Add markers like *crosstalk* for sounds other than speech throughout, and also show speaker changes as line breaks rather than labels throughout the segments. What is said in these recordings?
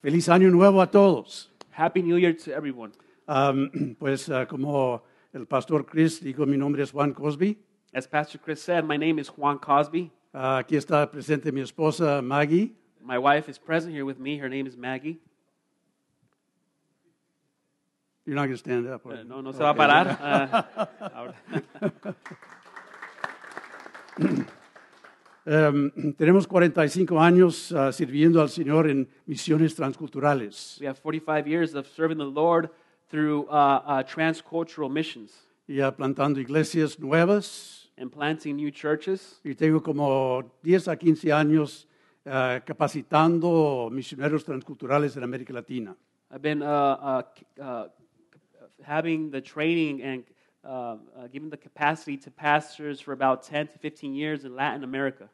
Feliz año nuevo a todos.
Happy New Year to everyone.
Am, *clears throat* pues ah, como el pastor Chris dijo, mi nombre es Juan Cosby.
As Pastor Chris said, my name is Juan Cosby.
Ah, aquí está presente mi esposa Maggie.
My wife is present here with me. Her name is Maggie.
You're not going to stand up. are
Uh,
you?
No, no se va a parar. Ah, ahora.
Am, *clears throat* tenemos 45 años ah, sirviendo al Señor en misiones transculturales.
we have 45 years of serving the Lord through uh, uh, transcultural missions
Ya plantando iglesias nuevas.
and planting new churches.
Y tengo como 10 a 15 años ah, capacitando misioneros transculturales en América Latina.
I've been uh, uh, c- uh, having the training and uh, uh, giving the capacity to pastors for about 10 to 15 years in Latin America.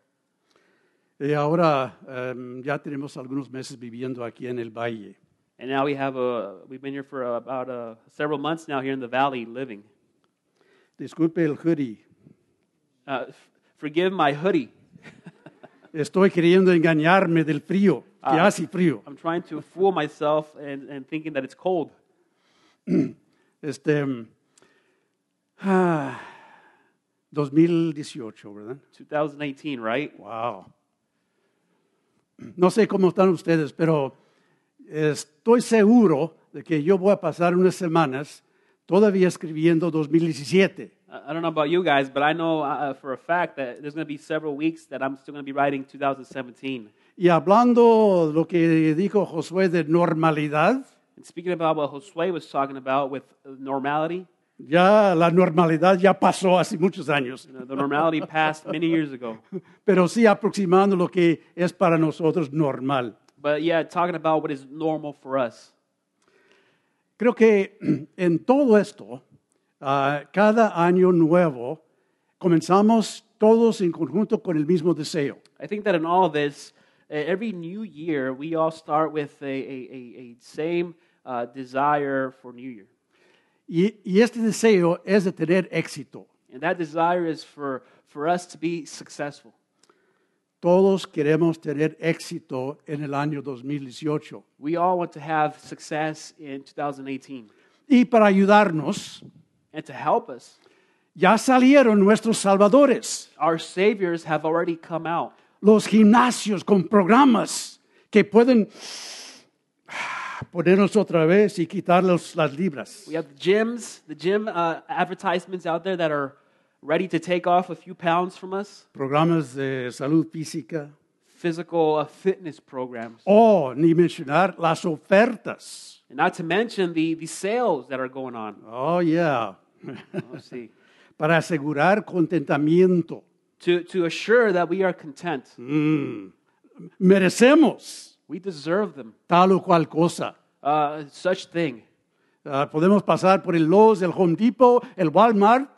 Y ahora am, ya tenemos algunos meses viviendo aquí en el Valle.
And now we have a, we've been here for about uh, several months now here in the valley living.
Disculpe el hoodie.
Uh, f- forgive my hoodie.
Estoy queriendo engañarme del frío, que
Ah.
hace frío.
I'm trying to fool myself and, and thinking that it's cold.
Este, mm, ah, 2018, ¿verdad?
2018, right?
Wow. No sé cómo están ustedes, pero estoy seguro de que yo voy a pasar unas semanas todavía escribiendo 2017.
I I don't know about you guys, but I know uh, for a fact that there's going to be several weeks that I'm still going to be writing 2017.
Y hablando de lo que dijo Josué de normalidad,
And speaking about what Josue was talking about with normality,
ya la normalidad ya pasó hace muchos años.
you know, the normality passed many years ago.
*laughs* pero sí aproximando lo que es para nosotros normal.
But yeah, talking about what is normal for us.
Creo que *clears throat* en todo esto, ah, cada año nuevo, comenzamos todos en conjunto con el mismo deseo.
I think that in all of this, eh, every new year, we all start with a, a, a, a same uh, desire for New Year.
Y, y este deseo es de tener éxito.
And that desire is for, for us to be successful.
Todos queremos tener éxito en el año 2018.
We all want to have success in 2018.
Y para ayudarnos,
And to help us,
ya salieron nuestros salvadores,
our saviors have already come out.
los gimnasios con programas que pueden ponernos otra vez y quitarnos las libras.
We have the gyms, the gym uh, advertisements out there that are ready to take off a few pounds from us,
programas de salud física
physical uh, fitness programs.
o ni mencionar las ofertas.
And not to mention the, the sales that are going on.
Oh, yeah. *laughs*
Let's see.
Para asegurar contentamiento.
to, to assure that we are content.
Merecemos
We deserve them.
tal o cual cosa.
Uh, such thing.
Ah, podemos pasar por el Lowe's, el Home Depot, el Walmart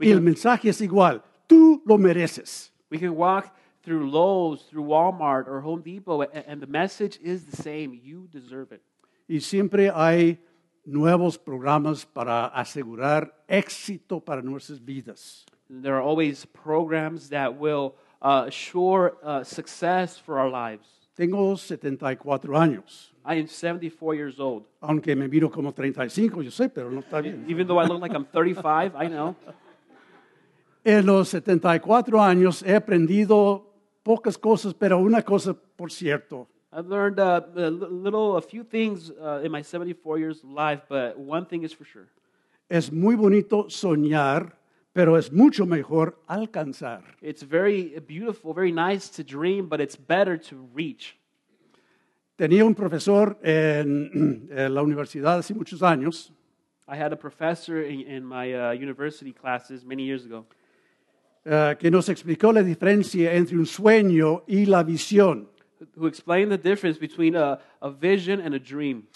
y el mensaje es igual. Tú lo mereces.
We can walk through Lowe's, through Walmart, or Home Depot, and, and the message is the same. You deserve it.
Y siempre hay nuevos programas para asegurar éxito para nuestras vidas.
There are always programs that will uh, assure uh, success for our lives.
Tengo 74 años.
I am 74 years old.
Aunque me miro como 35, yo sé, pero no está bien.
Even though I look like I'm 35, I know.
En los 74 años he aprendido pocas cosas, pero una cosa, por cierto,
I've learned uh, a li- little, a few things uh, in my 74 years of life, but one thing is for sure.
es muy bonito soñar, pero es mucho mejor alcanzar.
It's very beautiful, very nice to dream, but it's better to reach.
Tenía un profesor en, *clears throat* en la universidad hace muchos años
I had a professor in, in my uh, university classes many years ago.
eh, que nos explicó la diferencia entre un sueño y la visión.
Who explained the difference between a, a vision and a dream?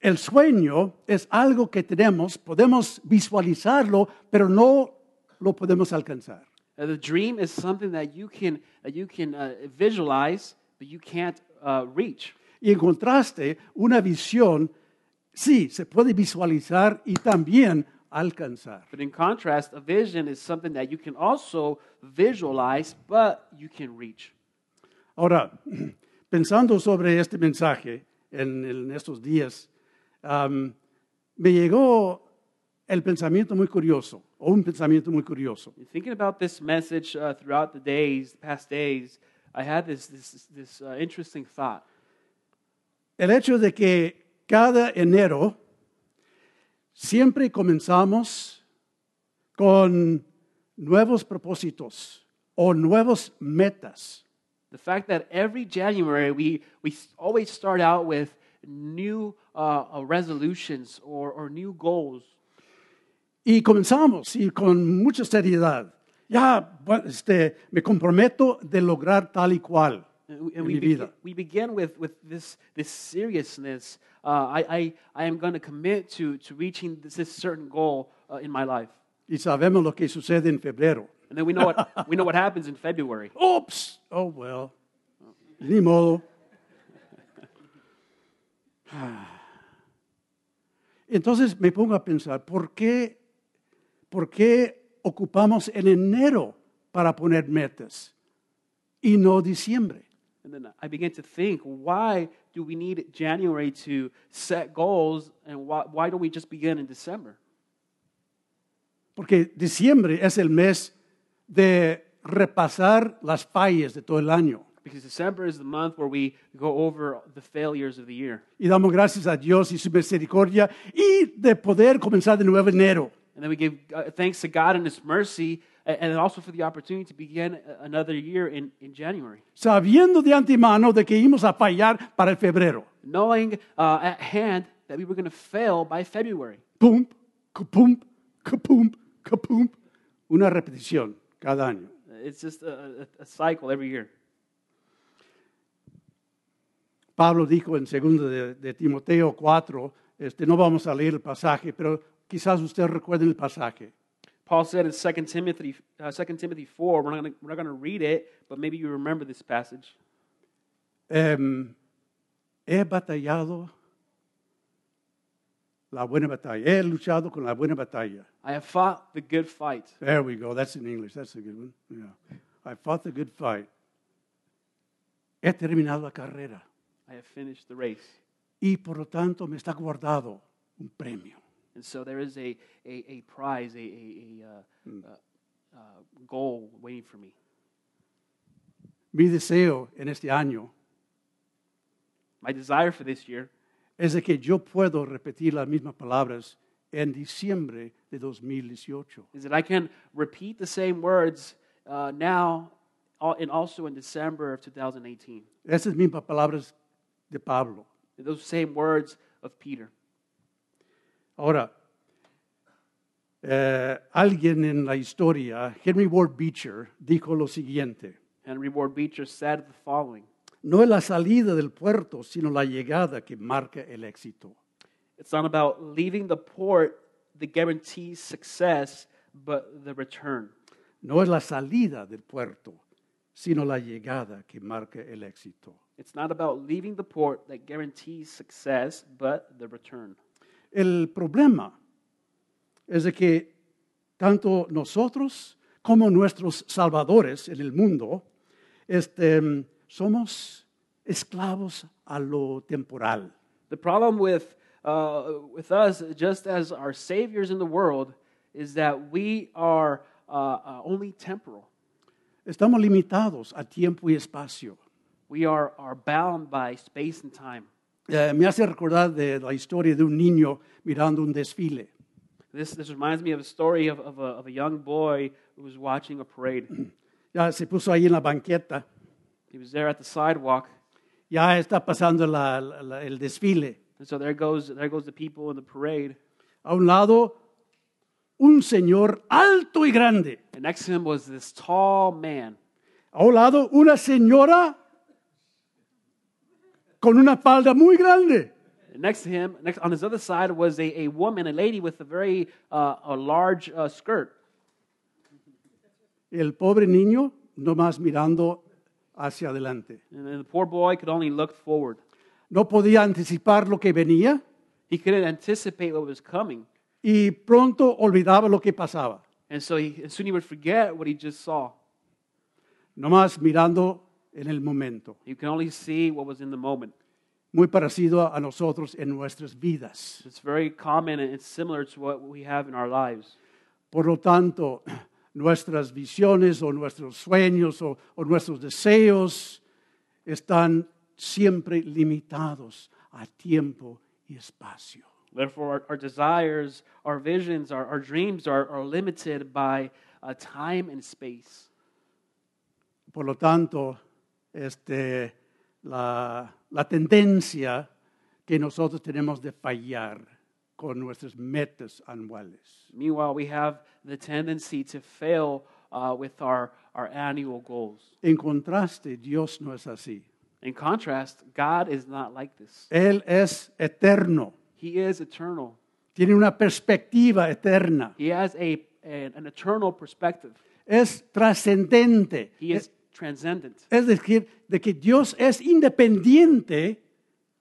El sueño es algo que tenemos, podemos visualizarlo, pero no lo podemos alcanzar.
Uh, the dream is something that you can, that you can uh, visualize, but you can't uh, reach.
Y en contraste, una visión sí se puede visualizar y también alcanzar.
But in contrast, a vision is something that you can also visualize, but you can reach.
*clears throat* Ahora, pensando sobre este mensaje, en, en estos días, am, me llegó el pensamiento muy curioso, o un pensamiento muy curioso.
In thinking about this message uh, throughout the days, past days, I had this, this, this uh, interesting thought.
El hecho de que cada enero siempre comenzamos con nuevos propósitos o nuevas metas.
The fact that every January we, we s- always start out with new uh, uh, resolutions or, or new goals.
Y comenzamos y con mucha seriedad. Ya, bueno, este, me comprometo de lograr tal y cual
And we,
en
and we,
mi
begi-
vida.
we begin with, with this, this seriousness. Uh, I, I, I am going to commit to, to reaching this, this certain goal uh, in my life.
Y sabemos lo que sucede en febrero.
And then we know
*laughs*
what, we know what happens in February.
Oops. Oh, well. Ni modo. Entonces me pongo a pensar, ¿por qué, ¿por qué ocupamos en enero para poner metas y no diciembre?
And then I began to think, why do we need January to set goals? And why, why don't we just begin in December?
Porque diciembre es el mes de repasar las fallas de todo el año.
Because December is the month where we go over the failures of the year.
Y damos gracias a Dios y su misericordia y de poder comenzar de nuevo enero.
And then we give uh, thanks to God and His mercy, a- and also for the opportunity to begin a- another year in, in January.
sabiendo de antemano de que íbamos a fallar para el febrero.
Knowing uh, at hand that we were going to fail by February.
Pum, pum, pum, pum, una repetición cada año.
It's just a, a, a cycle every year.
Pablo dijo en 2 de, de Timoteo 4, este, no vamos a leer el pasaje, pero quizás usted recuerde el pasaje.
Paul said in 2 Timothy, uh, 2 Timothy 4, we're not gonna- we're not going to read it, but maybe you remember this passage.
Em, he batallado la buena batalla, he luchado con la buena batalla.
I have fought the good fight.
There we go. That's in English. That's a good one. Yeah. I fought the good fight. He terminado la carrera.
I have finished the race.
y por lo tanto me está guardado un premio.
And so there is a, a, a prize, a, a, a uh, uh, uh, goal waiting for me.
Mi deseo en este año
My desire for this year
es de que yo puedo repetir las mismas palabras en diciembre de 2018.
is that I can repeat the same words uh, now al- and also in December of 2018.
Esas mismas palabras de Pablo.
Those same words of Peter.
Ahora, eh, alguien en la historia, Henry Ward Beecher, dijo lo siguiente.
Henry Ward Beecher said the following
No es la salida del puerto, sino la llegada que marca el éxito.
It's not about leaving the port that guarantees success, but the return.
No es la salida del puerto, sino la llegada que marca el éxito.
It's not about leaving the port that guarantees success, but the return.
El problema es de que tanto nosotros como nuestros salvadores en el mundo este, somos esclavos a lo temporal.
The problem with, uh, with us, just as our saviors in the world, is that we are uh, uh, only temporal.
Estamos limitados a tiempo y espacio.
We are, are bound by space and time.
Eh, me hace recordar de la historia de un niño mirando un desfile.
This, this reminds me of a story of, of, a, of a young boy who was watching a parade.
Ya se puso ahí en la banqueta,
He was there at the sidewalk,
ya está pasando la- la- la- el desfile.
and so there goes, there goes the people in the parade.
A un lado, un señor alto y grande.
And next to him was this tall man
A un lado, una señora con una falda muy grande.
And next to him, next, on his other side, was a, a woman, a lady with a very uh, a large uh, skirt.
El pobre niño nomás mirando hacia adelante.
And then the poor boy could only look forward.
No podía anticipar lo que venía
He couldn't anticipate what was coming.
y pronto olvidaba lo que pasaba.
And so he, and soon he would forget what he just saw.
Nomás mirando en el momento.
He could only see what was in the moment.
muy parecido a- a nosotros en nuestras vidas.
It's very common and it's similar to what we have in our lives.
Por lo tanto, nuestras visiones o nuestros sueños o, o nuestros deseos están siempre limitados a tiempo y espacio.
Therefore, our, our desires, our visions, our, our dreams are, are limited by uh, time and space.
Por lo tanto, este, la, la tendencia que nosotros tenemos de fallar con nuestras metas anuales.
Meanwhile, we have the tendency to fail uh, with our, our annual goals.
En contraste, Dios no es así.
In contrast, God is not like this,
Él es eterno,
He is eternal,
tiene una perspectiva eterna,
He has a, an, an eternal perspective,
es trascendente.
He is
Es,
transcendent.
es decir, de que Dios es independiente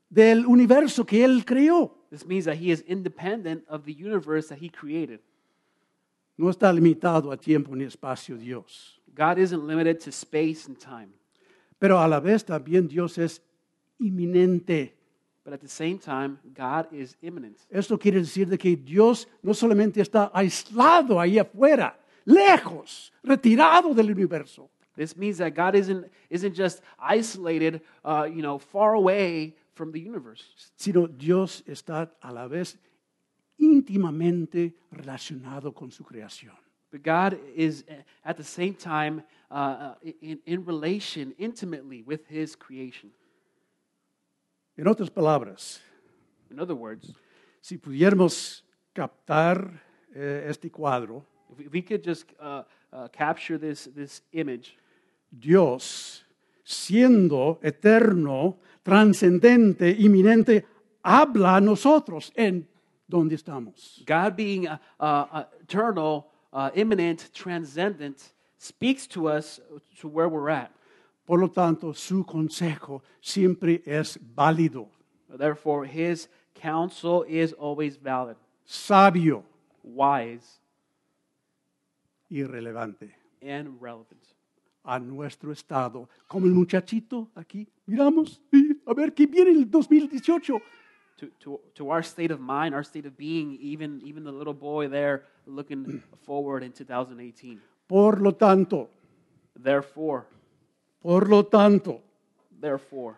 del universo que Él creó.
This means that He is independent of the universe that He created.
No está limitado a tiempo ni espacio Dios.
God isn't limited to space and time,
Pero a la vez también Dios es inminente.
but at the same time, God is immanent.
Esto quiere decir de que Dios no solamente está aislado ahí afuera, lejos, retirado del universo,
This means that God isn't, isn't just isolated, uh, you know, far away from the universe,
sino Dios está a la vez íntimamente relacionado con su creación.
but God is uh, at the same time uh, uh, in, in relation intimately with His creation.
En otras palabras,
In other words,
si pudiéramos captar eh, este cuadro,
if we- if we could just uh, uh, capture this, this image,
Dios, siendo eterno, trascendente, inminente, habla a nosotros en donde estamos.
God being uh, uh, eternal, uh, immanent, transcendent, speaks to us to where we're at.
Por lo tanto, su consejo siempre es válido,
Therefore, His counsel is always valid,
sabio
wise,
y relevante
and relevant.
a nuestro estado. Como el muchachito aquí, miramos, y a ver qué viene el 2018.
to, to, to our state of mind, our state of being, even, even the little boy there looking *clears throat* forward in 2018.
Por lo tanto,
Therefore,
por lo tanto,
therefore,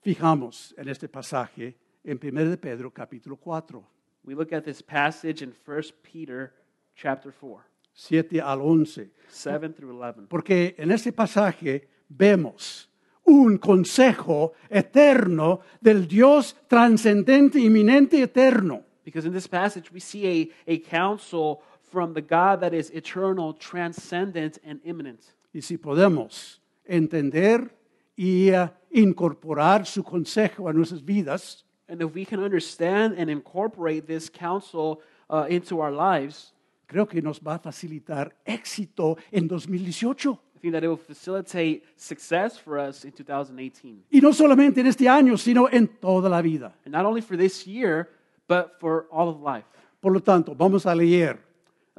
fijamos en este pasaje en 1 de Pedro capítulo 4.
we look at this passage in 1 Peter chapter 4,
7 al 11.
7 through 11.
Porque en ese pasaje vemos un consejo eterno del Dios trascendente, inminente, eterno.
Because in this passage, we see a, a counsel from the God that is eternal, transcendent, and immanent.
Y si podemos entender y eh, incorporar su consejo a nuestras vidas,
And if we can understand and incorporate this counsel uh, into our lives,
creo que nos va a facilitar éxito en 2018.
I think that it will facilitate success for us in 2018.
Y no solamente en este año, sino en toda la vida.
and not only for this year, but for all of life.
Por lo tanto, vamos a leer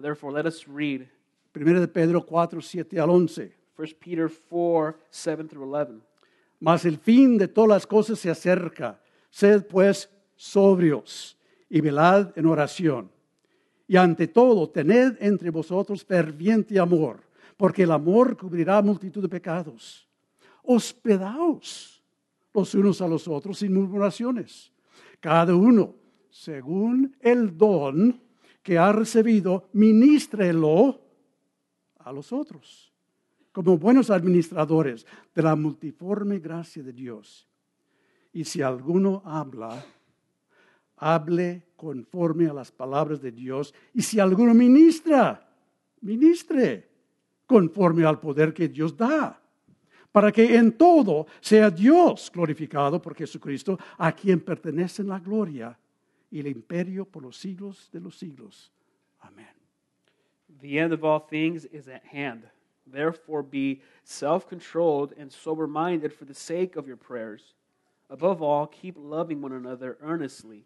Therefore, let us read
1 de Pedro 4, 7 al 11.
1 Peter 4 7 through 11.
Mas el fin de todas las cosas se acerca. Sed pues sobrios y velad en oración. Y ante todo, tened entre vosotros ferviente amor, porque el amor cubrirá multitud de pecados. Hospedaos los unos a los otros sin murmuraciones. Cada uno, según el don que ha recibido, ministrelo a los otros como buenos administradores de la multiforme gracia de Dios. Y si alguno habla, hable conforme a las palabras de Dios. Y si alguno ministra, ministre conforme al poder que Dios da, para que en todo sea Dios glorificado por Jesucristo, a quien pertenecen la gloria y el imperio por los siglos de los siglos. Amén.
The end of all things is at hand. Therefore, be self controlled and sober minded for the sake of your prayers. Above all, keep loving one another earnestly,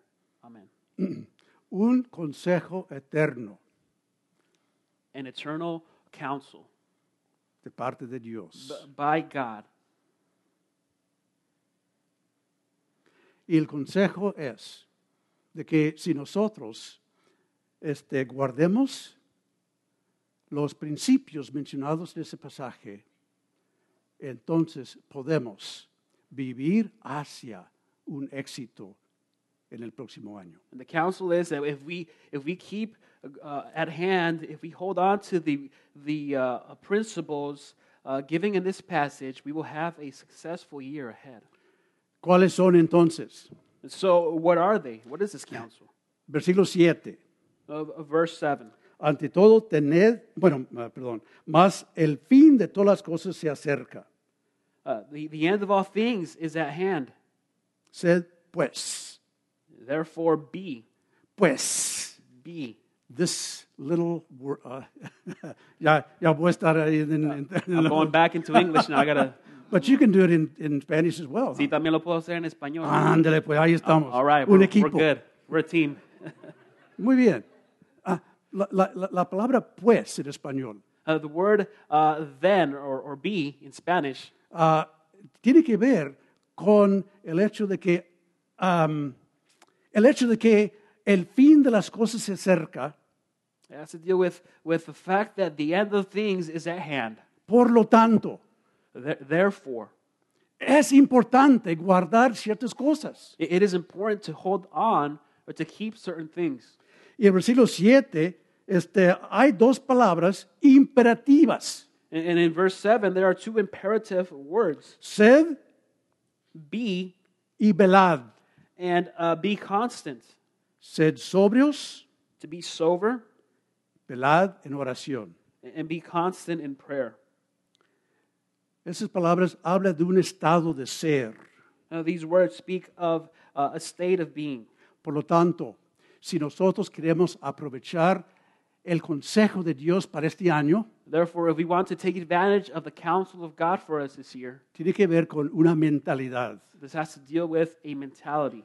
Amen.
Un consejo eterno
An eternal counsel
de parte de
b-
Dios.
by God.
Y el consejo es de que si nosotros este, guardemos los principios mencionados en ese pasaje, entonces podemos vivir hacia un éxito en el próximo año.
And the counsel is that if we if we keep uh, at hand, if we hold on to the the uh, principles uh, giving in this passage, we will have a successful year ahead.
¿Cuáles son entonces?
And so, what are they? What is this counsel?
Versículo 7.
Of, of verse seven.
Ante todo, tened, bueno, ah, perdón, mas el fin de todas las cosas se acerca.
Uh, the, the end of all things is at hand.
Sed pues,
Therefore, be.
pues,
Be.
this little word, uh, *laughs* ya, ya voy a estar ahí en, en- en-
I'm going back into English now. I
*laughs*
got to.
But you can do it in, in Spanish as well.
Sí, también lo puedo hacer en español.
Ándale, pues ahí estamos.
uh, All right.
Ah, Un
We're, we're
equipo.
good. We're a team.
Muy bien. Ah, la, la- la- la palabra pues en español
Uh, the word uh, then or, or be in Spanish
ah, tiene que ver con el hecho de que am, el hecho de que el fin de las cosas se acerca,
It has to deal with, with the fact that the end of things is at hand.
por lo tanto,
There- Therefore,
es importante guardar ciertas cosas.
it it is important to hold on or to keep certain things.
Y el versículo 7, este, hay dos palabras imperativas.
And, and in verse 7, there are two imperative words
Sed
be
y velad.
and uh, be constant.
Sed sobrios,
To be sober
velad en oración.
and be constant in prayer.
Esas palabras hablan de un estado de ser.
Now, these words speak of uh, a state of being.
Por lo tanto, si nosotros queremos aprovechar el consejo de Dios para este año,
Therefore, if we want to take advantage of the counsel of God for us this year,
tiene que ver con una mentalidad.
this has to deal with a mentality.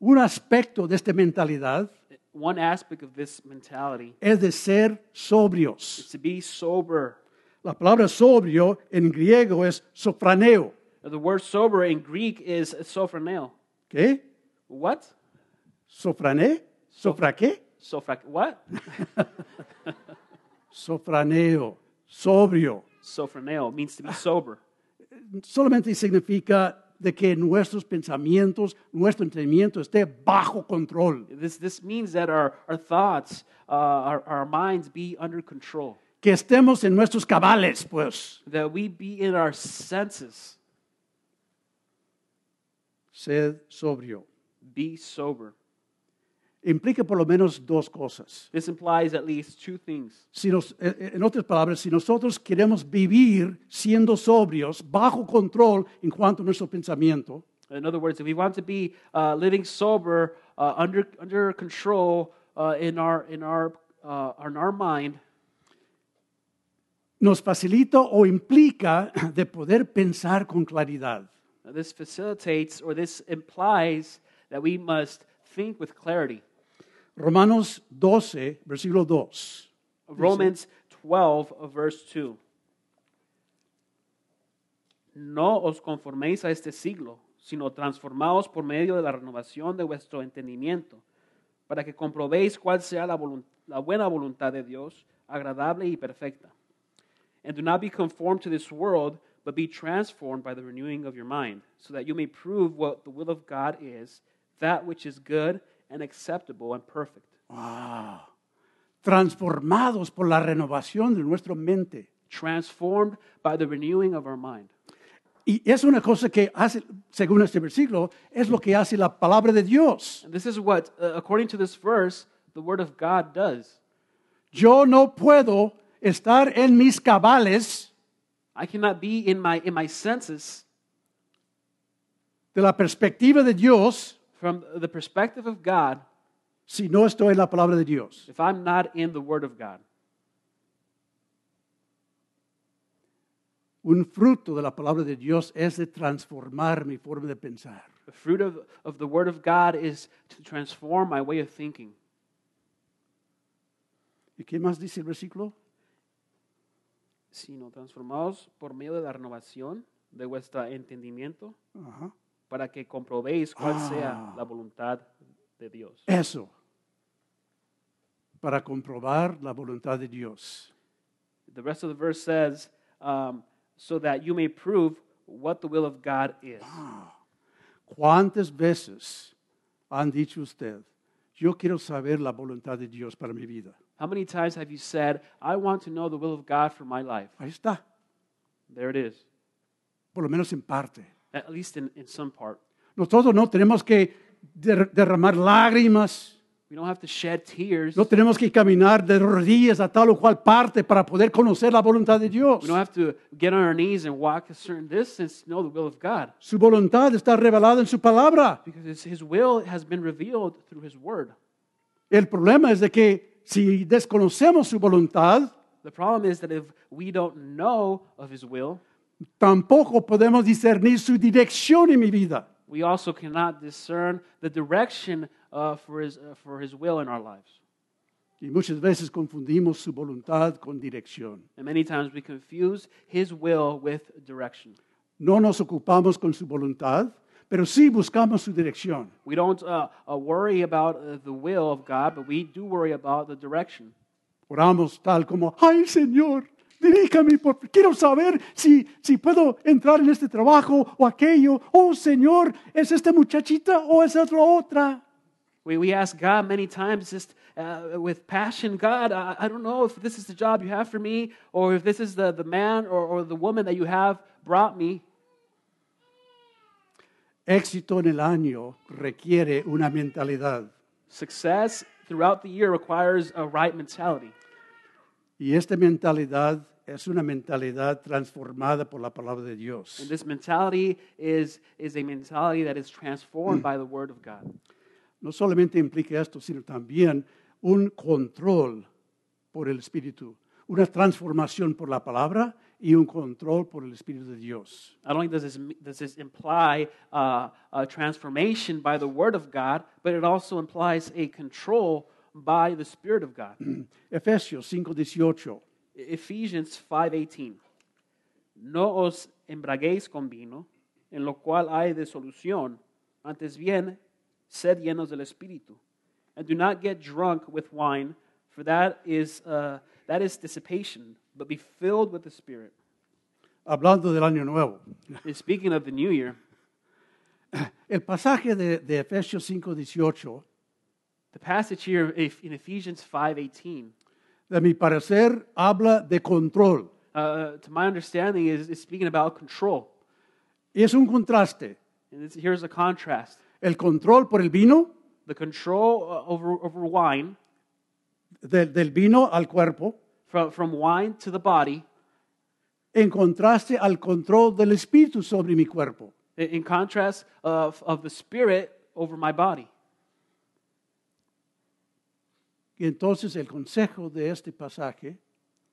Un aspecto de esta mentalidad
One aspect of this mentality
es de ser sobrios.
is to be sober.
La palabra sobrio en griego es sofraneo.
The word sober in Greek is sophroneo.
¿Qué?
What?
¿Sofrané? ¿Sofra qué?
Sophra what? *laughs*
Sofraneo, sobrio.
sophroneo means to be sober.
Solamente significa de que nuestros pensamientos, nuestro entendimiento esté bajo control,
This, this means that our, our thoughts, uh, our, our minds be under control,
que estemos en nuestros cabales, pues.
that we be in our senses.
Sed sobrio.
Be sober.
Implica por lo menos dos cosas.
This implies at least two things.
Si nos- eh, eh, en otras palabras, si nosotros queremos vivir siendo sobrios, bajo control en cuanto a nuestro pensamiento,
In other words, if we want to be uh, living sober, uh, under, under control uh, in, our, in, our, uh, in our mind,
nos facilita o implica de poder pensar con claridad.
Now, This facilitates or this implies that we must think with clarity.
Romanos 12, versículo 2.
Romans 12, uh, verse 2. No os conforméis a este siglo, sino transformaos por medio de la renovación de vuestro entendimiento, para que comprobéis cuál sea la, volun- la buena voluntad de Dios, agradable y perfecta. And do not be conformed to this world, but be transformed by the renewing of your mind, so that you may prove what the will of God is, that which is good and acceptable and perfect.
Wow. Transformados por la renovación de nuestra mente.
Transformed by the renewing of our mind.
Y es una cosa que hace, según este versículo, es lo que hace la palabra de Dios.
And this is what, uh, according to this verse, the Word of God does.
Yo no puedo estar en mis cabales
I cannot be in my, in my senses
de la perspectiva de Dios
From the perspective of God,
si no estoy en la palabra de Dios.
if I'm not in the Word of God,
Un fruto de la palabra de Dios es de transformar mi forma de pensar.
the fruit of, of the Word of God is to transform my way of thinking.
¿Y qué más dice el versículo?
Sino transformados por medio de la renovación de vuestro entendimiento
Ajá.
para que comprobéis cuál sea
Ah.
la voluntad de Dios.
Eso, para comprobar la voluntad de Dios.
The rest of the verse says, um, so that you may prove what the will of God is.
¿Cuántas veces han dicho usted, yo quiero saber la voluntad de Dios para mi vida?
How many times have you said, I want to know the will of God for my life?
Ahí está,
There it is,
por lo menos en parte.
at least in, in some part.
Nosotros no tenemos que der- derramar lágrimas,
We don't have to shed tears.
no tenemos que caminar de rodillas a tal o cual parte para poder conocer la voluntad de Dios.
We don't have to get on our knees and walk a certain distance to know the will of God
Su voluntad está revelada en su palabra.
because it's His will has been revealed through His Word.
El problema es de que si desconocemos su voluntad,
The problem is that if we don't know of His will,
tampoco podemos discernir su dirección en mi vida.
we also cannot discern the direction uh, for, his, uh, for His will in our lives.
Y muchas veces confundimos su voluntad con dirección.
And many times we confuse His will with direction.
No nos ocupamos con su voluntad, pero sí buscamos su dirección.
We don't uh, uh, worry about uh, the will of God, but we do worry about the direction.
Oramos tal como, ay Señor, diríjame, porque quiero saber si, si puedo entrar en este trabajo o aquello. Oh Señor, ¿es esta muchachita o es otra otra?
We, we ask God many times just uh, with passion God, I, I don't know if this is the job you have for me, or if this is the, the man or, or the woman that you have brought me.
Éxito en el año requiere una mentalidad.
Success throughout the year requires a right mentality.
Y esta mentalidad es una mentalidad transformada por la palabra de Dios.
And this mentality is, is a mentality that is transformed by the Word of God.
no solamente implica esto, sino también un control por el Espíritu, una transformación por la palabra y un control por el Espíritu de Dios. *clears throat*
Not only does this, does this imply uh, a transformation by the Word of God, but it also implies a control by the Spirit of God.
Efesios 5:18.
Ephesians 5:18. No os embraguéis con vino, en lo cual hay desolución, antes bien sed llenos del espíritu. And do not get drunk with wine, for that is uh, that is dissipation, but be filled with the Spirit.
Hablando del año nuevo,
And speaking of the new year,
el pasaje de, de Efesios 5:18,
the passage here if- in Ephesians 5:18,
de mi parecer, habla de control.
uh, to my understanding, is, is speaking about control.
Y es un contraste.
And it's, here's a contrast:
El control por el vino,
the control uh, over over wine.
del- del vino al cuerpo,
from, from wine to the body
en contraste al control del Espíritu sobre mi cuerpo.
i- in contrast of, of the spirit over my body
Y entonces el consejo de este pasaje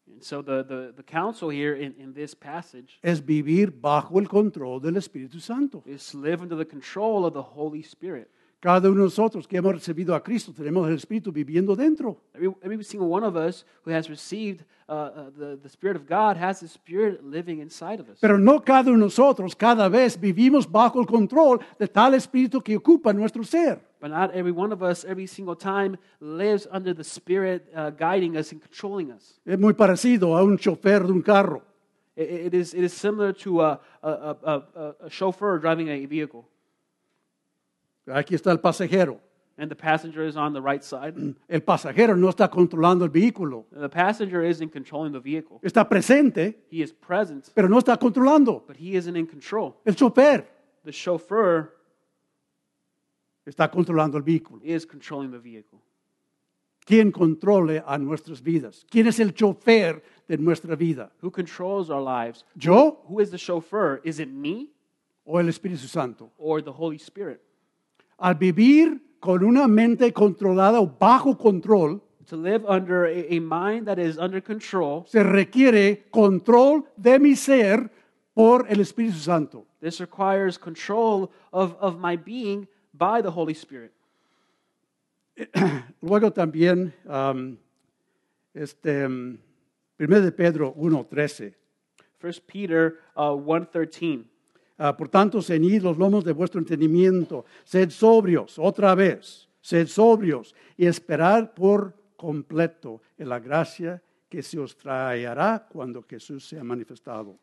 and so the, the, the counsel here in, in this passage
es vivir bajo el control del Espíritu Santo.
is to live under the control of the holy spirit
Cada uno de nosotros que hemos recibido a Cristo tenemos el Espíritu viviendo dentro.
every, every single one of us who has received uh, uh, the, the spirit of god has the spirit living inside of us
Pero no cada uno de nosotros cada vez vivimos bajo el control de tal Espíritu que ocupa nuestro ser.
but not every one of us every single time lives under the spirit uh, guiding us and controlling us
Es muy parecido a un chofer de un carro.
I- i- it, is, it is similar to a, a, a, a, a chauffeur driving a vehicle
Aquí está el pasajero.
and the passenger is on the right side
El pasajero no está controlando el vehículo.
The passenger isn't controlling the vehicle.
Está presente,
He is present,
pero no está controlando.
but he isn't in control.
El chofer
The chauffeur
está controlando el vehículo.
is controlling the vehicle.
¿Quién controle a nuestras vidas? ¿Quién es el chofer de nuestra vida?
Who controls our lives?
¿Yo?
Who is the chauffeur? Is it me?
o el Espíritu Santo.
or the Holy Spirit.
Al vivir con una mente controlada o bajo control,
To live under a, a mind that is under control,
se requiere control de mi ser por el Espíritu Santo.
this requires control of, of my being by the Holy Spirit.
Luego también, am, este, am, 1 de Pedro 1.13.
1 Peter uh, 1.13.
Ah, por tanto, ceñid los lomos de vuestro entendimiento, sed sobrios, otra vez, sed sobrios y esperad por completo en la gracia que se os traerá cuando Jesús sea manifestado.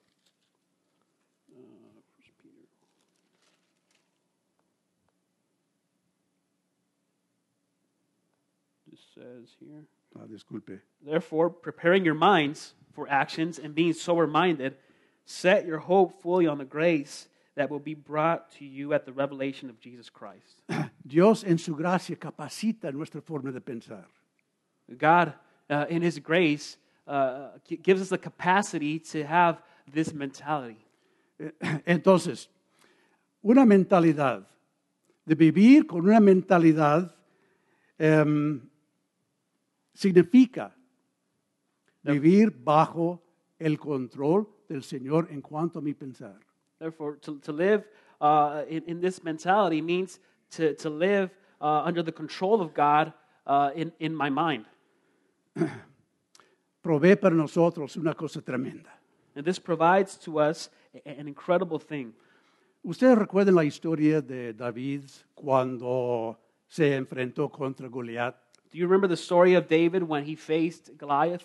This says here.
Ah, disculpe.
Therefore, preparing your minds for actions and being sober minded, set your hope fully on the grace that will be brought to you at the revelation of Jesus Christ.
Dios en su gracia capacita nuestra forma de pensar.
God, uh, in His grace, uh, gi- gives us the capacity to have this mentality.
Eh, Entonces, una mentalidad, de vivir con una mentalidad, em, significa vivir bajo el control del Señor en cuanto a mi pensar.
Therefore, to, to live uh, in, in this mentality means to, to live uh, under the control of God uh, in, in my mind.
Provee para nosotros una cosa tremenda.
And this provides to us a- an incredible thing.
Ustedes recuerdan la historia de David cuando se enfrentó contra Goliat.
Do you remember the story of David when he faced Goliath?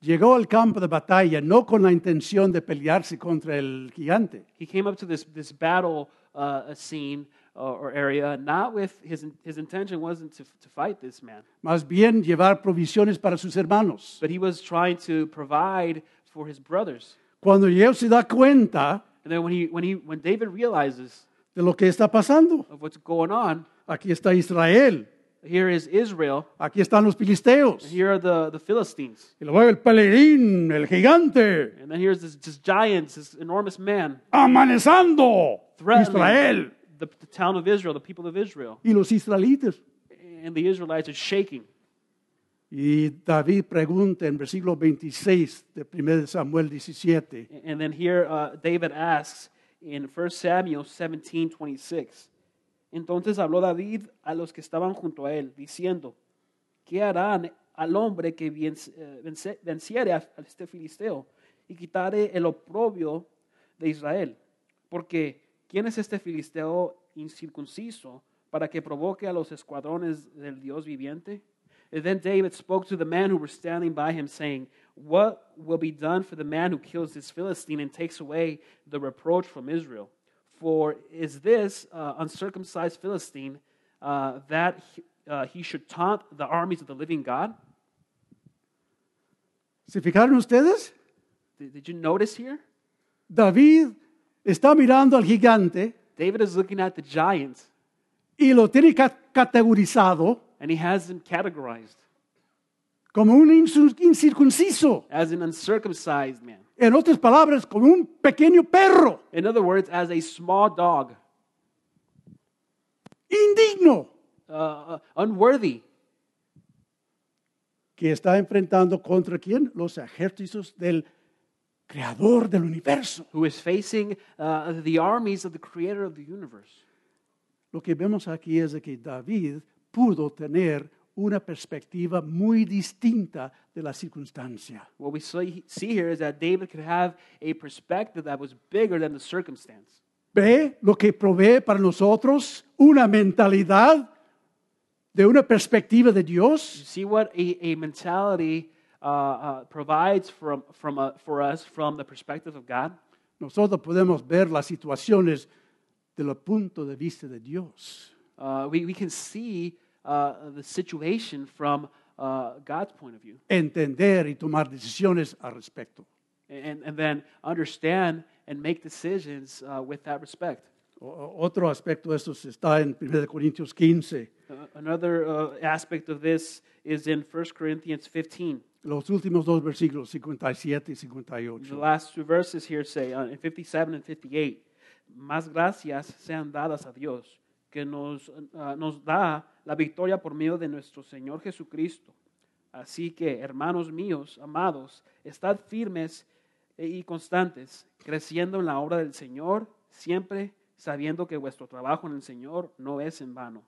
Llegó al campo de batalla no con la intención de pelearse contra el gigante,
He came up to this, this battle uh, scene uh, or area, not with his, his intention wasn't to, to fight this man,
más bien llevar provisiones para sus hermanos.
but he was trying to provide for his brothers.
Cuando ellos se da cuenta
And then when, he, when, he, when David realizes
de lo que está pasando,
of what's going on,
aquí está Israel,
here is Israel,
aquí están los filisteos, y
here are the, the Philistines,
luego el pelerín, el gigante,
and then here's this, this giant, this enormous man
amanezando
threatening
Israel.
the, the town of Israel, the people of Israel.
Y los israelitas.
And the Israelites are shaking.
Y David pregunta en versículo 26 de 1 de Samuel 17,
And then here uh, David asks in 1 Samuel 17, 26. Entonces habló David a los que estaban junto a él, diciendo, ¿qué harán al hombre que venc- eh, vence- venciere a, a este filisteo y quitare el oprobio de Israel? Porque ¿quién es este filisteo incircunciso para que provoque a los escuadrones del Dios viviente? And then David spoke to the man who were standing by him, saying, What will be done for the man who kills this Philistine and takes away the reproach from Israel? For is this uh, uncircumcised Philistine uh, that he, uh, he should taunt the armies of the living God?
¿se fijaron ustedes?
Did, did you notice here?
David está mirando al gigante
David is looking at the giant
y lo tiene ca- categorizado
and he has him categorized
como un insu- incircunciso.
as an uncircumcised man.
En otras palabras, como un pequeño perro,
In other words, as a small dog,
indigno,
uh, uh, unworthy,
que está enfrentando contra quién? Los ejércitos del creador del universo.
who is facing uh, the armies of the creator of the universe.
Lo que vemos aquí es de que David pudo tener una perspectiva muy distinta de la circunstancia.
What we see see here is that David could have a perspective that was bigger than the circumstance.
Ve lo que provee para nosotros una mentalidad de una perspectiva de
You
Dios
see what a, a mentality uh, uh, provides from, from, uh, for us from the perspective of God?
Nosotros podemos ver las situaciones desde el punto de vista de Dios.
Uh, we, we can see uh, the situation from uh, God's point of view
entender y tomar decisiones al respecto.
and, and then understand and make decisions uh, with that respect.
O- o- otro aspecto de esto está en 1 de Corintios 15,
Uh, another uh, aspect of this is in 1 Corinthians 15.
los últimos dos versículos, 57 y
The
58.
last two verses here say, uh, in 57 and 58, más gracias sean dadas a Dios, que nos, ah, nos da la victoria por medio de nuestro Señor Jesucristo. Así que, hermanos míos, amados, estad firmes e- y constantes, creciendo en la obra del Señor, siempre sabiendo que vuestro trabajo en el Señor no es en vano.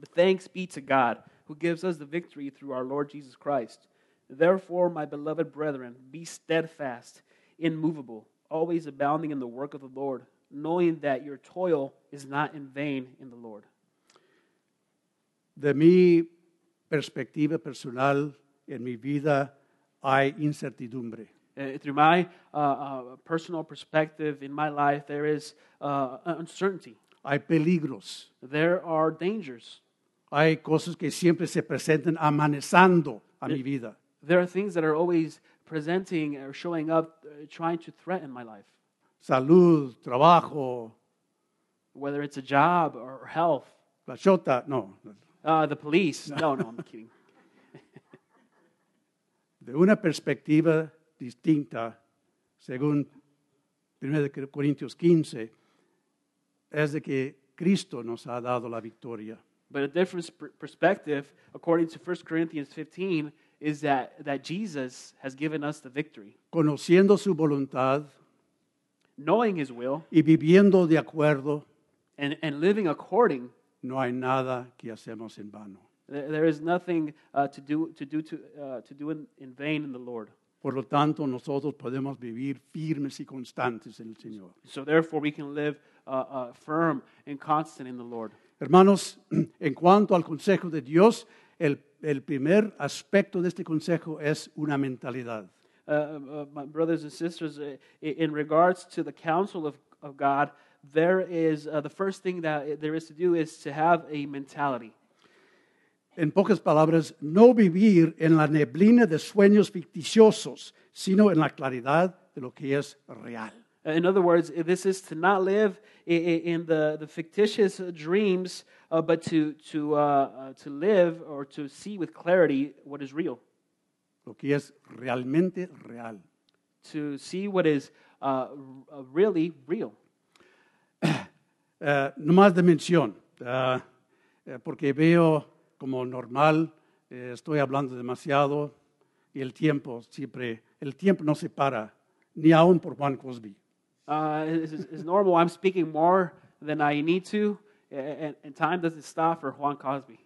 But thanks be to God, who gives us the victory through our Lord Jesus Christ. Therefore, my beloved brethren, be steadfast, immovable, always abounding in the work of the Lord, knowing that your toil is not in vain in the Lord.
De mi perspectiva personal, en mi vida hay incertidumbre.
Uh, through my uh, uh, personal perspective in my life, there is uh, uncertainty.
hay peligros,
There are dangers.
hay cosas que siempre se presentan amanezando a mi vida.
There are things that are always presenting or showing up, uh, trying to threaten my life,
Salud, trabajo,
whether it's a job or health,
la chota, no.
uh, the police. No, no, I'm kidding.
De una perspectiva distinta, según 1 de Corintios 15, es de que Cristo nos ha dado la victoria.
But a different per- perspective, according to 1 Corinthians 15, is that, that Jesus has given us the victory.
Conociendo su voluntad
Knowing his will
y viviendo de acuerdo,
and, and living according,
no hay nada que hacemos en vano.
th- there is nothing uh, to do, to do, to, uh, to do in, in vain in the Lord.
Por lo tanto, nosotros podemos vivir firmes y constantes en el Señor.
So therefore, we can live uh, uh, firm and constant in the Lord.
Hermanos, *clears throat* en cuanto al consejo de Dios, el, el primer aspecto de este consejo es una mentalidad.
Uh, uh, my brothers and sisters, uh, i- in regards to the counsel of, of God, there is uh, the first thing that there is to do is to have a mentality.
En pocas palabras, no vivir en la neblina de sueños ficticiosos, sino en la claridad de lo que es real.
In other words, this is to not live i- i- in the, the fictitious dreams, uh, but to, to, uh, uh, to live or to see with clarity what is real,
Lo que es realmente real.
to see what is uh, r- really real.
Eh, no más de mención, ah, eh, porque veo como normal, eh, estoy hablando demasiado y el tiempo siempre, el tiempo no se para, ni aun por Juan Cosby.
Uh, it's, it's- it's normal. I'm speaking more than I need to, a- a- and, and time doesn't stop for Juan Cosby.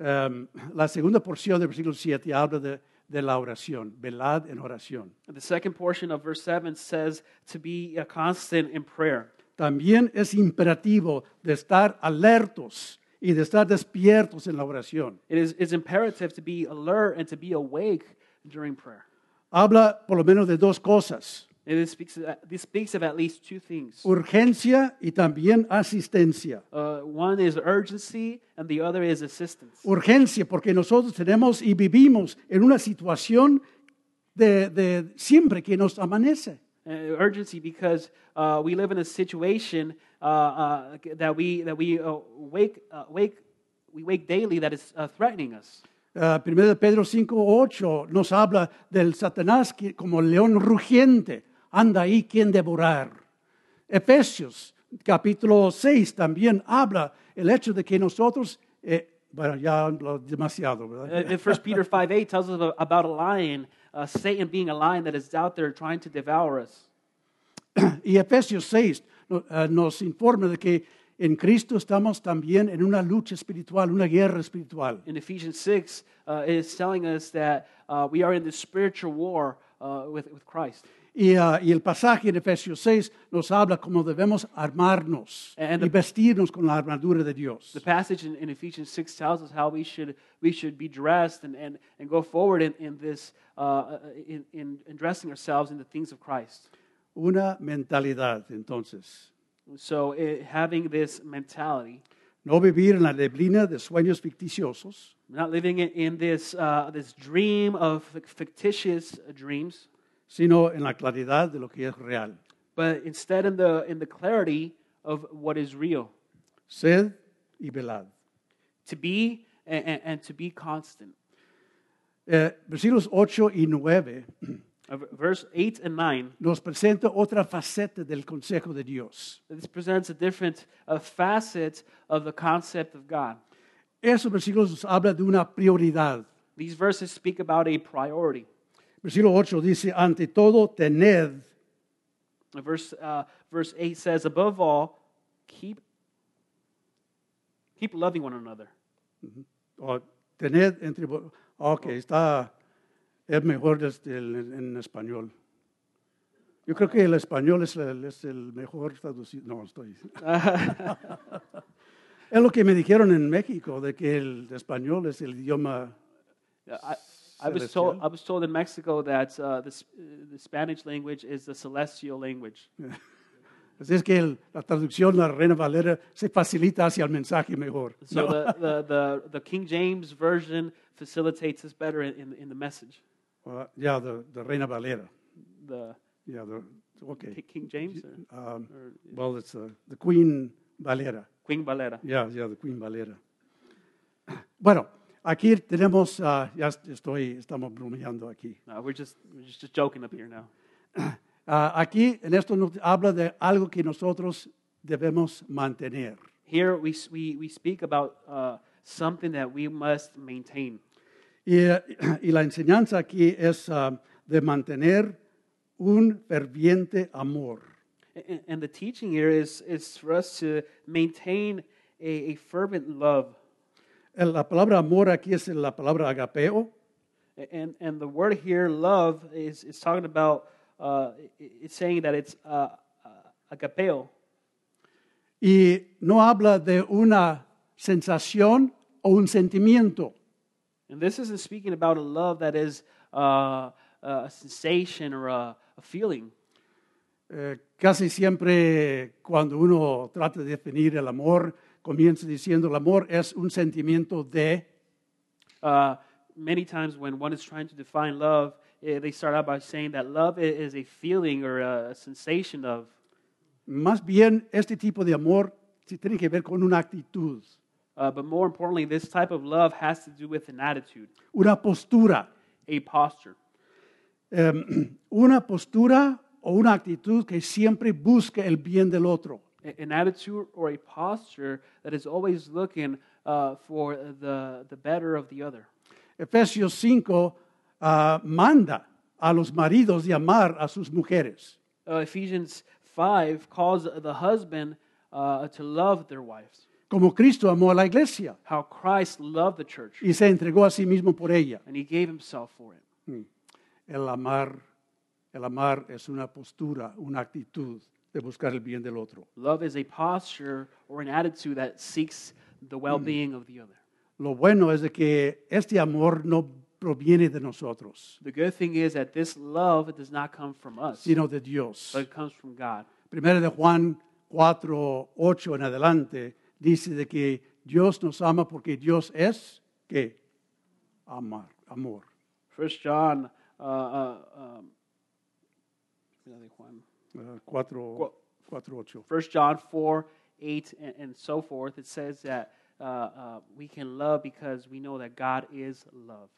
Um, la segunda porción del versículo 7 habla de, de la oración, velad en oración.
The second portion of verse 7 says to be uh, constant in prayer.
También es imperativo de estar alertos y de estar despiertos en la oración.
It is it's imperative to be alert and to be awake during prayer.
Habla por lo menos de dos cosas,
And this speaks, uh, this speaks of at least two things.
urgencia y también asistencia.
Uh, one is urgency, and the other is assistance.
Urgencia porque nosotros tenemos y vivimos en una situación de, de siempre que nos amanece.
Uh, urgency because uh, we live in a situation uh, uh, that we that we uh, wake uh, wake we wake daily that is uh, threatening us.
Ah, Primero de Pedro 5.8 nos habla del Satanás que, como león rugiente. Anda ahí quien devorar. Efesios capítulo 6 también habla el hecho de que nosotros, eh, bueno, ya hablo demasiado,
Uh,
¿verdad?
in 1 Peter five eight tells us about- about a lion, uh, Satan being a lion that is out there trying to devour us.
Y Efesios 6 no- ah, nos informa de que en Cristo estamos también en una lucha espiritual, una guerra espiritual.
In Ephesians six, uh, it is telling us that uh, we are in this spiritual war uh, with with Christ.
Y, ah, y el pasaje en Efesios 6 nos habla cómo debemos armarnos
And
y vestirnos con la armadura de Dios.
The passage in, in Ephesians 6 tells us how we should, we should be dressed and, and, and go forward in, in this, uh, in, in, in dressing ourselves in the things of Christ.
Una mentalidad, entonces.
So, it, having this mentality,
No vivir en la neblina de sueños ficticiosos,
not living in, in this, uh, this dream of fic- fictitious dreams,
sino en la claridad de lo que es real.
but instead in the, in the clarity of what is real,
Sed y velad.
to be and, and, and to be constant.
Eh, versículos 8 y 9
Uh, v- Verse 8 and 9,
nos presenta otra faceta del consejo de Dios.
this presents a different uh, facet of the concept of God.
Esos versículos nos habla de una prioridad.
These verses speak about a priority.
Versículo 8 dice, ante todo, tened
Verse, uh, verse 8 says, Above all, keep, keep loving one another.
o tened entre vo- Ok, está, es mejor desde el- en, en español. Yo creo que el español es el, es el mejor traducido. No, estoy. es lo que me dijeron en México, de que el español es el idioma.
Uh, I, I, was told, I was told in Mexico that uh, the, S- uh, the Spanish language is the celestial language.
Así es que el- la traducción, la Reina Valera, se facilita hacia el mensaje mejor.
So the, the, the, the King James Version facilitates us better in, in, in the message.
Uh, yeah, the, the Reina Valera.
The
Yeah, the, okay.
Ki- King James or
Um,
or
well, it's uh, the Queen Valera.
Queen Valera.
Yeah, yeah, the Queen Valera. Bueno, aquí tenemos, ah, ya estoy, estamos bromeando aquí.
No, we're just, we're just, just joking up here now.
Ah, aquí en esto nos habla de algo que nosotros debemos mantener.
Here we, s- we, we speak about uh, something that we must maintain.
Y, eh, y la enseñanza aquí es ah, de mantener un ferviente amor.
A- a- And the teaching here is, is for us to maintain a, a fervent love.
El- La palabra amor aquí es la palabra agapeo,
A- And, and the word here, love, is, is talking about, uh, i- i- it's saying that it's uh, uh, agapeo.
y no habla de una sensación o un sentimiento.
And this isn't speaking about a love that is uh, a sensation or a, a feeling.
Eh, casi siempre cuando uno trata de definir el amor, comienza diciendo el amor es un sentimiento de,
Uh, many times when one is trying to define love, eh, they start out by saying that love i- is a feeling or a sensation of.
más bien este tipo de amor sí tiene que ver con una actitud,
Uh, but more importantly, this type of love has to do with an attitude,
una postura,
a posture.
Eh, una postura o una actitud que siempre busca el bien del otro.
A- An attitude or a posture that is always looking uh, for the, the better of the other.
Efesios 5 ah, manda a los maridos de amar a sus mujeres.
Uh, Ephesians 5 calls the husband uh, to love their wives.
como Cristo amó a la iglesia
how Christ loved the church
y se entregó a sí mismo por ella.
and he gave himself for it.
El amar, el amar es una postura, una actitud de buscar el bien del otro.
Love is a posture or an attitude that seeks the well being of the other.
Lo bueno es de que este amor no proviene de nosotros,
The good thing is that this love does not come from us,
sino de Dios.
but it comes from God.
Primero de Juan 4, 8 en adelante dice de que Dios nos ama porque Dios es que amar, amor.
First John, uh, uh, um, another one.
Ah, 4, 4, 8.
First John four eight and, and so forth. It says that uh, uh, we can love because we know that God is love.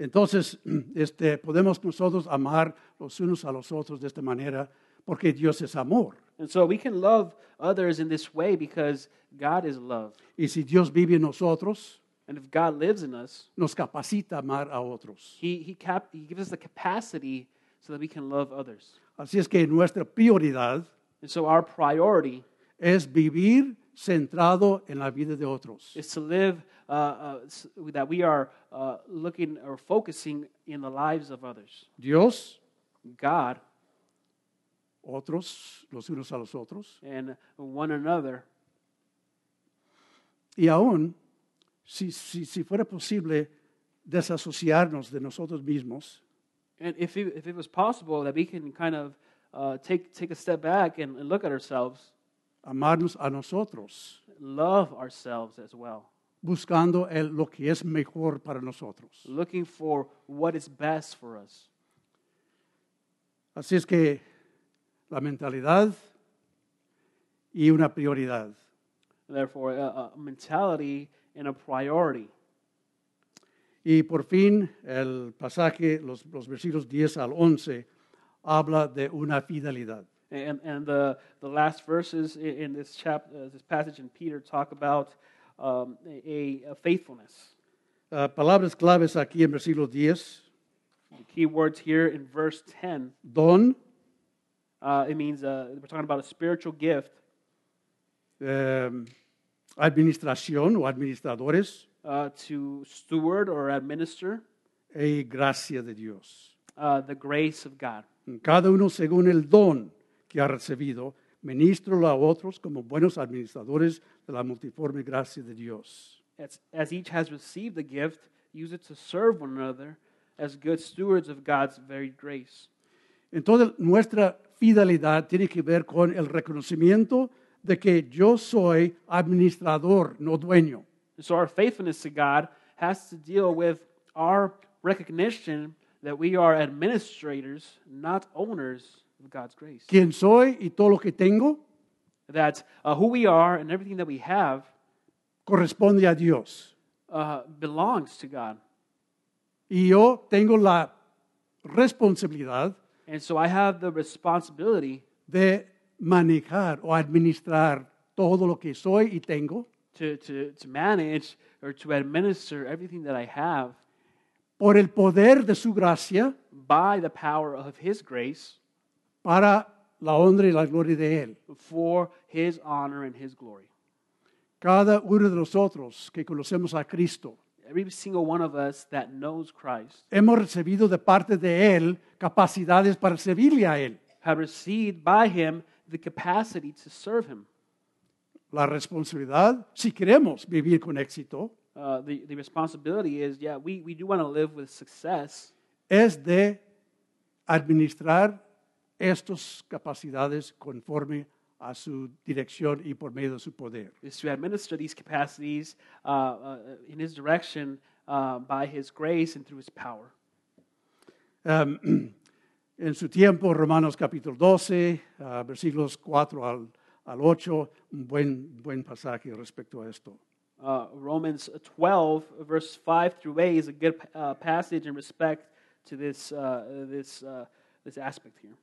Entonces, *clears throat* este, podemos nosotros amar los unos a los otros de esta manera, porque Dios es amor.
And so we can love others in this way because God is love.
Y si Dios vive en nosotros,
And if God lives in us,
nos capacita a amar a otros.
He, he, cap, he gives us the capacity so that we can love others.
Así es que nuestra prioridad
And so our priority
es vivir centrado en la vida de otros.
is to live uh, uh, s- that we are uh, looking or focusing in the lives of others.
Dios,
God
otros, los unos a los otros.
and one another.
Y aún, si, si, si fuera posible desasociarnos de nosotros mismos
And if it, if it was possible that we can kind of uh, take, take a step back and, and look at ourselves,
amarnos a nosotros,
love ourselves as well,
buscando el- lo que es mejor para nosotros.
looking for what is best for us.
Así es que la mentalidad y una prioridad.
Therefore, a, a mentality and a priority.
Y por fin, el pasaje, los, los versículos 10 al 11, habla de una fidelidad.
And, and the, the last verses i- in this, chap, uh, this passage in Peter talk about um, a, a faithfulness.
Ah, palabras claves aquí en versículo 10,
The key words here in verse 10,
don,
uh, it means uh, we're talking about a spiritual gift,
eh, administración o administradores
uh, to steward or administer
y e gracia de Dios.
uh, the grace of God.
Cada uno según el don que ha recibido, ministrolo a otros como buenos administradores de la multiforme gracia de Dios.
As, as each has received the gift, use it to serve one another as good stewards of God's varied grace.
Entonces, nuestra fidelidad tiene que ver con el reconocimiento de que yo soy administrador, no dueño.
And so our faithfulness to God has to deal with our recognition that we are administrators, not owners of God's grace.
Quién soy y todo lo que tengo
That uh, who we are and everything that we have
corresponde a Dios.
uh, belongs to God.
Y yo tengo la responsabilidad
And so I have the responsibility
de manejar o administrar todo lo que soy y tengo
to, to, to manage or to administer everything that I have
por el poder de su gracia
by the power of His grace
para la honra y la gloria de Él.
for His honor and His glory.
Cada uno de nosotros que conocemos a Cristo,
Every single one of us that knows Christ
hemos recibido de parte de Él capacidades para servirle a Él.
have received by Him the capacity to serve Him.
La responsabilidad, si queremos vivir con éxito,
Uh, the, the responsibility is, yeah, we, we do want to live with success,
es de administrar estas capacidades conforme a su dirección y por medio de su poder.
is to administer these capacities uh, uh, in His direction uh, by His grace and through His power.
Um, *clears throat* en su tiempo, Romanos capítulo 12, ah, versículos 4 al, al 8, un buen, buen pasaje respecto a esto.
Uh, Romans 12, verse 5 through 8 is a good uh, passage in respect to this, uh, this, uh, this aspect here.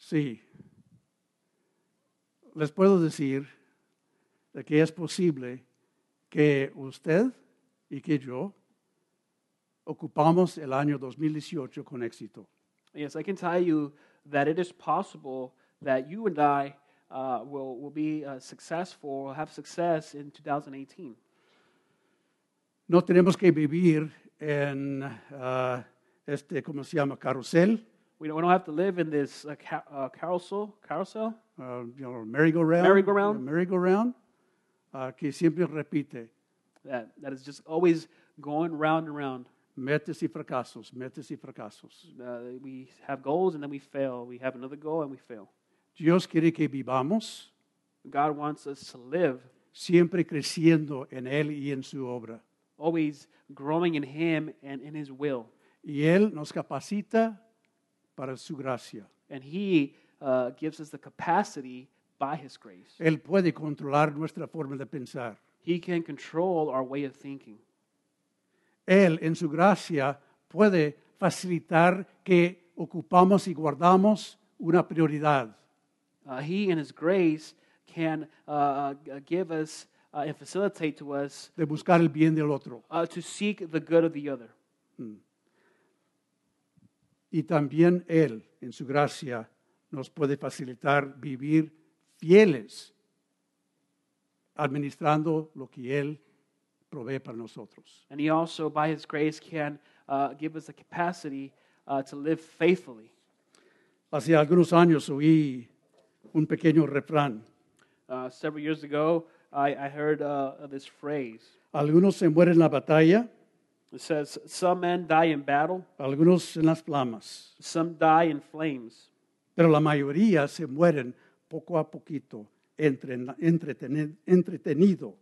Sí, les puedo decir de que es posible que usted y que yo ocupamos el año 2018 con éxito.
Yes, I can tell you that it is possible that you and I uh, will, will be uh, successful, will have success in 2018.
No tenemos que vivir en ah, este, ¿cómo se llama? Carrusel,
We don't, we don't have to live in this uh, ca- uh, carousel, carousel
ah, you know, merry-go-round.
Merry-go-round.
merry-go-round, ah, que siempre repite
that, that is just always going round and round.
metes y fracasos, metes y fracasos.
Uh, we have goals and then we fail. We have another goal and we fail.
Dios quiere que vivamos
God wants us to live
siempre creciendo en Él y en su obra.
always growing in Him and in His will.
Y Él nos capacita para su gracia.
And He uh, gives us the capacity by His grace.
Él puede controlar nuestra forma de pensar.
He can control our way of thinking.
Él en su gracia puede facilitar que ocupamos y guardamos una prioridad.
Uh, he, in His grace, can uh, uh, give us uh, and facilitate to us
de buscar el bien del otro
uh, to seek the good of the other.
y también Él en su gracia nos puede facilitar vivir fieles administrando lo que Él provee para nosotros.
And He also, by His grace, can uh, give us the capacity uh, to live faithfully.
Hace algunos años oí un pequeño refrán,
Uh, several years ago, I, I heard uh, this phrase.
algunos se mueren en la batalla,
It says, Some men die in battle,
algunos en las flamas,
some die in flames.
pero la mayoría se mueren poco a poquito, entren- entretene- entretenido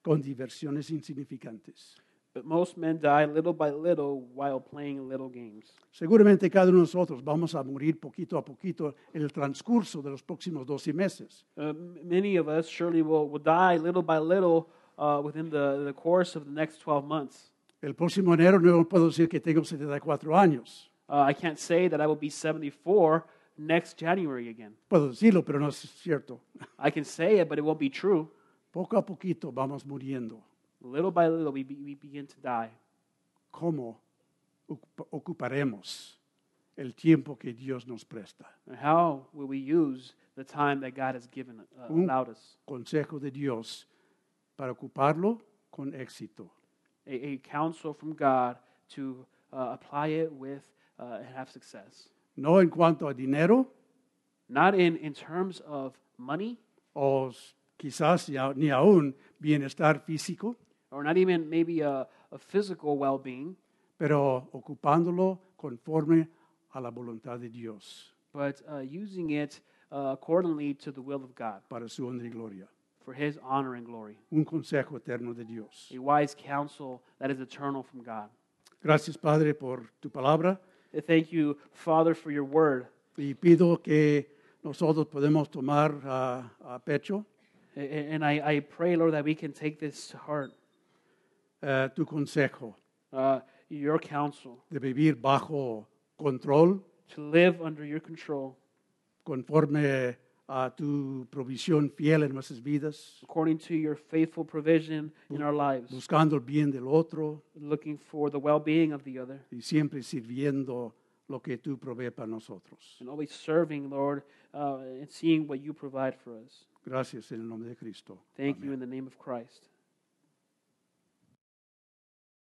con diversiones insignificantes.
But most men die little by little while playing little games.
Seguramente cada uno de nosotros vamos a morir poquito a poquito en el transcurso de los próximos 12 meses.
Uh, m- many of us surely will, will die little by little uh, within the, the course of the next 12 months.
El próximo enero no puedo decir que tengo 74 años.
Uh, I can't say that I will be 74 next January again.
Puedo decirlo, pero no es cierto.
I can say it, but it won't be true.
Poco a poquito vamos muriendo.
Little by little, we, be, we begin to die.
¿Cómo ocup- ocuparemos el tiempo que Dios nos presta?
And how will we use the time that God has given, uh,
Mm.
allowed us?
Consejo de Dios para ocuparlo con éxito.
A, a counsel from God to uh, apply it with uh, and have success.
No en cuanto a dinero,
Not in, in terms of money
o s- quizás ya- ni aún bienestar físico,
or not even maybe a, a physical well being,
pero ocupándolo conforme a la voluntad de Dios
but uh, using it uh, accordingly to the will of God
para su honra y gloria.
for His honor and glory.
Un consejo eterno de Dios.
A wise counsel that is eternal from God.
Gracias, Padre, por tu palabra
I Thank you, Father, for your word.
y pido que nosotros podemos tomar ah, a pecho
A- a- And I, I pray, Lord, that we can take this to heart
eh, tu consejo
uh, your counsel,
de vivir bajo control,
to live under your control
conforme a tu provisión fiel en nuestras vidas,
according to your faithful provision in our lives,
buscando el bien del otro
looking for the well being of the other,
y siempre sirviendo lo que tú provees para nosotros.
and always serving, Lord, uh, and seeing what you provide for us.
Gracias en el nombre de Cristo.
Thank you in the name of Christ.